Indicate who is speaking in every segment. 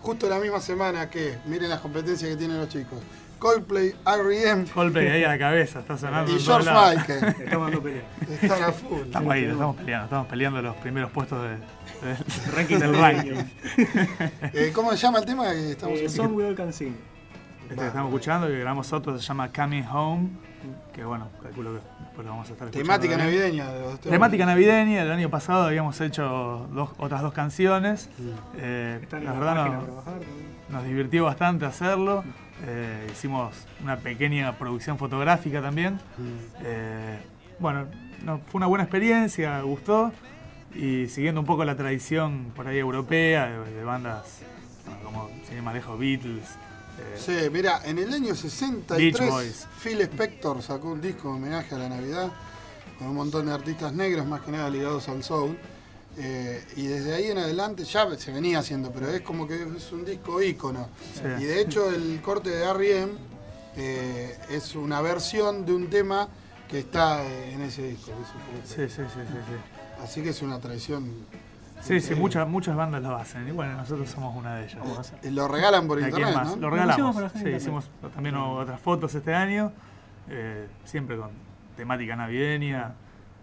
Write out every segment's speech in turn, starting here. Speaker 1: justo la misma semana que, miren las competencias que tienen los chicos, Coldplay, R.E.M.
Speaker 2: Coldplay ahí a la cabeza, está sonando.
Speaker 1: y
Speaker 2: en todos
Speaker 1: George
Speaker 2: lados.
Speaker 1: Michael.
Speaker 3: Estamos dando pelea.
Speaker 1: Están a full.
Speaker 2: Estamos ahí, estamos peleando, estamos peleando los primeros puestos de, de-
Speaker 3: Ranking
Speaker 2: del ranking.
Speaker 3: norteño.
Speaker 1: Eh, ¿Cómo se llama el tema que estamos
Speaker 3: Eh, Song We All Can Sing.
Speaker 2: Este que estamos escuchando, que grabamos otro, se llama Coming Home, que bueno, calculo que después lo vamos a estar escuchando.
Speaker 1: Temática
Speaker 2: también.
Speaker 1: navideña. de los temas.
Speaker 2: ¿eh? Temática navideña, el año pasado habíamos hecho dos, otras dos canciones. Eh,
Speaker 3: Están en
Speaker 2: la
Speaker 3: la
Speaker 2: verdad
Speaker 3: página a
Speaker 2: nos,
Speaker 3: trabajar.
Speaker 2: nos divirtió bastante hacerlo. Eh, hicimos una pequeña producción fotográfica también.
Speaker 1: Mm.
Speaker 2: Eh, bueno, no, fue una buena experiencia, gustó. Y siguiendo un poco la tradición por ahí europea de, de bandas bueno, como sin ir más lejos, Beatles. eh,
Speaker 1: Sí, mira, en el año
Speaker 2: Beach
Speaker 1: 63
Speaker 2: Boys.
Speaker 1: Phil Spector sacó un disco en homenaje a la Navidad con un montón de artistas negros, más que nada ligados al soul. Eh, y desde ahí en adelante ya se venía haciendo, pero es como que es un disco ícono.
Speaker 2: Sí.
Speaker 1: Y de hecho el corte de R.E.M. eh, es una versión de un tema que está eh, en ese disco. que es un poco-
Speaker 2: Sí, sí, sí, sí,
Speaker 1: Así que es una traición.
Speaker 2: sí. Sí, sí, muchas, muchas bandas lo hacen. Y bueno, nosotros somos una de ellas.
Speaker 3: Vamos a hacer.
Speaker 1: Eh, Lo regalan por
Speaker 2: ¿Y a quién
Speaker 1: internet,
Speaker 2: más?
Speaker 1: ¿no?
Speaker 2: Lo
Speaker 3: Lo
Speaker 2: regalamos.
Speaker 3: hicimos para hacer
Speaker 2: Sí,
Speaker 3: internet.
Speaker 2: hicimos también otras fotos este año, eh, siempre con temática navideña,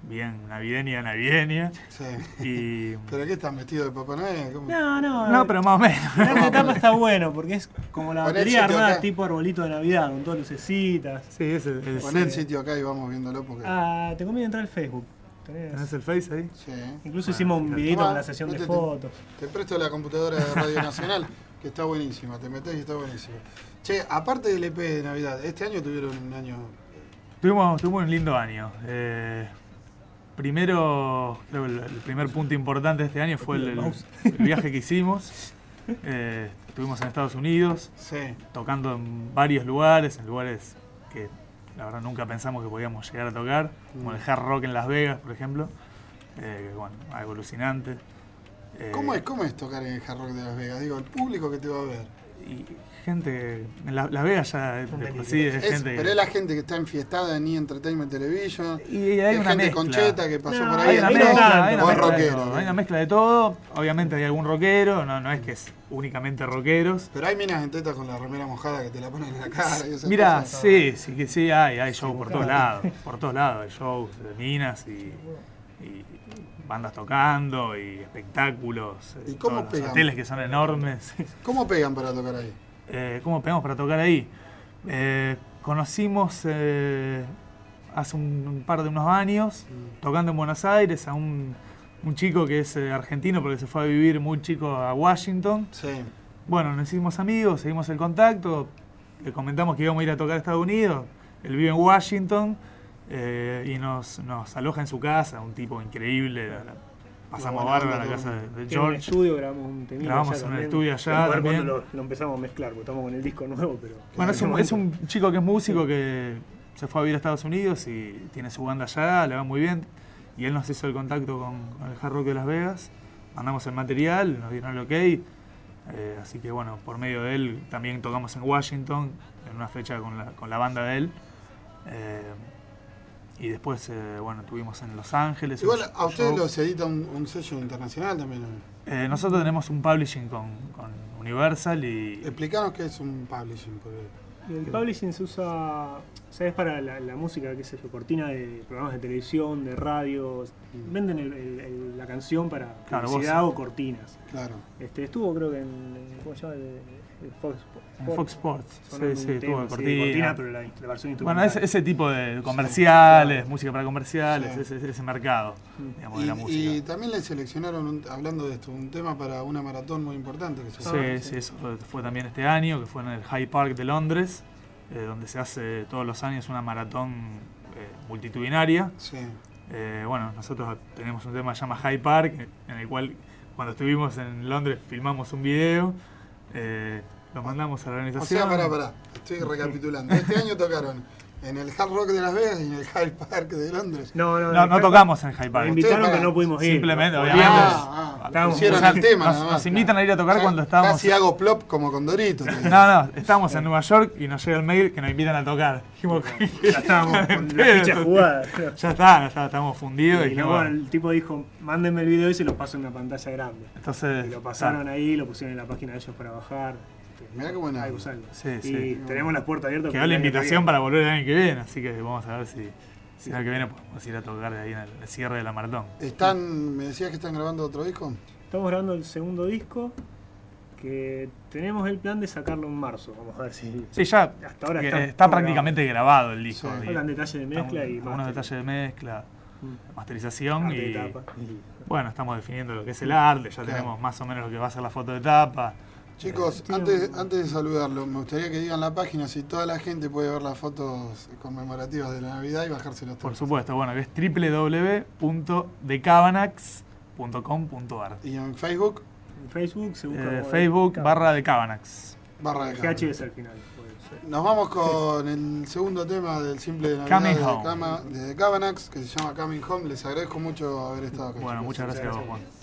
Speaker 2: bien navideña, navideña.
Speaker 1: Sí.
Speaker 2: Y.
Speaker 1: ¿Pero qué estás metido de Papá Noel? ¿Cómo?
Speaker 3: No, no. eh,
Speaker 2: No, pero más o menos.
Speaker 3: La etapa está bueno porque es como la
Speaker 1: Poner
Speaker 3: batería
Speaker 1: sitio
Speaker 3: armada
Speaker 1: acá.
Speaker 3: tipo arbolito de Navidad con todas lucecitas.
Speaker 2: Sí, es el, el-
Speaker 1: Pon el sitio acá y vamos viéndolo porque.
Speaker 3: Ah, te conviene entrar al Facebook. Tenés-
Speaker 2: ¿Tenés el face ahí?
Speaker 1: Sí.
Speaker 3: Incluso hicimos un videito
Speaker 1: Tomá,
Speaker 3: con la sesión de
Speaker 1: métete.
Speaker 3: fotos.
Speaker 1: Te presto la computadora de Radio Nacional, que está buenísima. Te metés y está buenísima. Che, aparte del EP de Navidad, este año tuvieron un año.
Speaker 2: Tuvimos, tuvimos un lindo año. Eh, primero, creo que el, el primer punto importante de este año fue el, el- el viaje que hicimos. Eh, estuvimos en Estados Unidos,
Speaker 1: Sí.
Speaker 2: tocando en varios lugares, en lugares que la verdad nunca pensamos que podíamos llegar a tocar, como el hard rock en Las Vegas, por ejemplo, eh, que, bueno, algo alucinante. Eh,
Speaker 1: ¿Cómo es, ¿Cómo es tocar en el Hard Rock de Las Vegas? Digo, el público que te va a ver.
Speaker 2: Y gente, en La- Las Vegas ya de
Speaker 3: Un
Speaker 2: por sí es
Speaker 1: Es-
Speaker 2: gente...
Speaker 1: pero es la gente que está enfiestada en E! Entertainment Television.
Speaker 2: y
Speaker 1: Hay
Speaker 2: hay una
Speaker 1: gente
Speaker 2: mezcla.
Speaker 1: concheta que pasó
Speaker 3: No,
Speaker 1: por ahí.
Speaker 2: Hay
Speaker 3: en
Speaker 2: una,
Speaker 1: el
Speaker 3: Vegas,
Speaker 1: rock,
Speaker 2: mezcla, hay, una
Speaker 1: o
Speaker 2: mezcla de
Speaker 1: rockero.
Speaker 2: todo, hay una mezcla de todo. Obviamente hay algún rockero, no, no es que es únicamente rockeros.
Speaker 1: Pero hay minas en tetas con la remera mojada que te la ponen en la cara. y esas
Speaker 2: Mira,
Speaker 1: cosas.
Speaker 2: sí, sí que sí hay, hay shows por todos lados, por todos lados, hay shows de minas y, y bandas tocando y espectáculos, eh,
Speaker 1: ¿Y cómo
Speaker 2: todos los
Speaker 1: pegan?
Speaker 2: hoteles que son enormes.
Speaker 1: ¿Cómo pegan para tocar ahí?
Speaker 2: Eh, ¿Cómo pegamos para tocar ahí? Eh, conocimos eh, hace un, un par de unos años, tocando en Buenos Aires, a un, un chico que es eh, argentino porque se fue a vivir muy chico a Washington.
Speaker 1: Sí.
Speaker 2: Bueno, nos hicimos amigos, seguimos el contacto, le comentamos que íbamos a ir a tocar a Estados Unidos, él vive en Washington eh, y nos, nos aloja en su casa, un tipo increíble, la- la- pasamos
Speaker 1: Buena
Speaker 2: bárbaro a la
Speaker 1: onda,
Speaker 2: casa de, de
Speaker 3: En un
Speaker 2: George.
Speaker 3: estudio grabamos un temita.
Speaker 2: Grabamos
Speaker 3: allá
Speaker 2: en un
Speaker 3: también.
Speaker 2: estudio allá
Speaker 3: Vamos a ver
Speaker 2: también.
Speaker 3: cuándo Lo, lo empezamos a mezclar porque estamos con el disco nuevo, pero.
Speaker 2: Bueno, es un, es
Speaker 3: momento.
Speaker 2: un chico que es músico que se fue a vivir a Estados Unidos y tiene su banda allá, le va muy bien. Y él nos hizo el contacto con, con el Hard Rock de Las Vegas, mandamos el material, nos dieron el ok. eh, así que bueno, por medio de él también tocamos en Washington, en una fecha con la, con la banda de él. Eh, y después, eh, bueno, tuvimos en Los Ángeles. un
Speaker 1: Igual a ustedes
Speaker 2: show.
Speaker 1: los edita un, un sello internacional también. ¿o no?
Speaker 2: Eh, nosotros tenemos un publishing con, con Universal y...
Speaker 1: Explicanos qué es un publishing. porque-
Speaker 3: Y el publishing se usa, o sea, es para la, la música, qué sé yo, cortina de programas de televisión, de radio. Venden el- el- el- la canción para
Speaker 2: Claro, vos-
Speaker 3: publicidad o cortinas.
Speaker 1: Claro.
Speaker 3: Este, estuvo creo que en, en- ¿cómo se llama? El, el Fox,
Speaker 2: en Fox Sports.
Speaker 3: Sonando
Speaker 2: Sí, sí,
Speaker 3: un tema,
Speaker 2: tuvo
Speaker 3: sí,
Speaker 2: cortina.
Speaker 3: cortina, pero la, la versión instrumental.
Speaker 2: Bueno, ese, ese tipo de comerciales,
Speaker 1: claro.
Speaker 2: música para comerciales,
Speaker 1: Sí.
Speaker 2: ese, ese mercado, digamos, de la
Speaker 1: Y, y
Speaker 2: música.
Speaker 1: también le seleccionaron, un- hablando de esto, un tema para una maratón muy importante. Que se
Speaker 2: Sí, sí, eso fue, fue también este año, que fue en el High Park de Londres, eh, donde se hace todos los años una maratón eh, multitudinaria.
Speaker 1: Sí.
Speaker 2: Eh, bueno, nosotros tenemos un tema que se llama High Park, en el cual cuando estuvimos en Londres filmamos un video, eh, lo mandamos a la
Speaker 1: O
Speaker 2: organización.
Speaker 1: sea, pará, pará. Estoy recapitulando. Este año tocaron en el Hard Rock de Las Vegas y en el Hyde Park de Londres.
Speaker 3: No, no,
Speaker 2: No, no
Speaker 3: Hyde
Speaker 2: tocamos en Hyde
Speaker 3: Park. Nos
Speaker 2: Park.
Speaker 1: Sí,
Speaker 3: invitaron
Speaker 1: para-
Speaker 3: que no pudimos ir.
Speaker 2: Simplemente,
Speaker 3: No,
Speaker 2: obviamente.
Speaker 3: podíamos.
Speaker 1: Ah, ah,
Speaker 3: Estábamos-
Speaker 1: pusieron
Speaker 3: o sea,
Speaker 1: el tema.
Speaker 2: nos,
Speaker 1: nada
Speaker 2: nos
Speaker 1: más.
Speaker 2: invitan a ir a tocar
Speaker 1: Ya
Speaker 2: cuando estábamos.
Speaker 1: Casi hago plop como con Dorito. te digo.
Speaker 2: No, no, estábamos en Nueva York y nos llega el mail que nos invitan a tocar. Dijimos,
Speaker 3: Ya estábamos con la ficha jugada.
Speaker 2: ya está, ya está, estamos fundidos.
Speaker 3: Y
Speaker 2: dijimos,
Speaker 3: luego el tipo dijo, mándenme el video y se lo paso en una pantalla grande.
Speaker 2: entonces,
Speaker 3: Y lo pasaron ahí, lo pusieron en la página de ellos para bajar. Este,
Speaker 1: Mirá qué buena.
Speaker 3: Hay que usarlo.
Speaker 2: Sí,
Speaker 3: y
Speaker 2: sí.
Speaker 3: tenemos las puertas abiertas.
Speaker 2: Quedó
Speaker 3: para
Speaker 2: la
Speaker 3: el año que
Speaker 2: invitación
Speaker 3: viene.
Speaker 2: para volver el año que viene, así que vamos a ver si, si el año que viene podemos ir a tocar ahí en el cierre de la maratón.
Speaker 1: Están, me decías que están grabando otro disco.
Speaker 3: Estamos grabando el segundo disco que tenemos el plan de sacarlo en marzo. Vamos a ver si.
Speaker 2: Sí, ya
Speaker 3: Hasta ahora
Speaker 2: que
Speaker 3: está-
Speaker 2: está,
Speaker 3: está
Speaker 2: prácticamente grabado el disco.
Speaker 1: Sí.
Speaker 2: digo.
Speaker 3: Faltan detalles de mezcla y. Mm.
Speaker 2: Algunos detalles de mezcla, masterización
Speaker 3: Arte de
Speaker 2: y...
Speaker 3: tapa. Y-
Speaker 2: Bueno, estamos definiendo lo que es el arte, ya
Speaker 1: Claro.
Speaker 2: tenemos más o menos lo que va a ser la foto de tapa.
Speaker 1: Chicos,
Speaker 3: Sí,
Speaker 1: antes,
Speaker 3: un-
Speaker 1: antes de saludarlo, me gustaría que digan la página si toda la gente puede ver las fotos conmemorativas de la Navidad y bajarse los
Speaker 2: Por
Speaker 1: temas.
Speaker 2: supuesto, bueno, que es www.decabanax.com.ar.
Speaker 1: Y en Facebook,
Speaker 3: En Facebook se busca.
Speaker 2: Eh,
Speaker 3: como de-
Speaker 2: Facebook
Speaker 3: Claro,
Speaker 2: barra de Cabanax.
Speaker 1: barra de
Speaker 3: el
Speaker 1: Cama.
Speaker 3: GH es al final. pues,
Speaker 1: Nos vamos con el segundo tema del simple de
Speaker 2: Coming
Speaker 1: Navidad de,
Speaker 2: Home.
Speaker 1: Cama, de Cabanax, que se llama Coming Home. Les agradezco mucho haber estado acá.
Speaker 2: Bueno,
Speaker 1: chicos.
Speaker 2: muchas gracias a vos, Juan.
Speaker 3: gracias.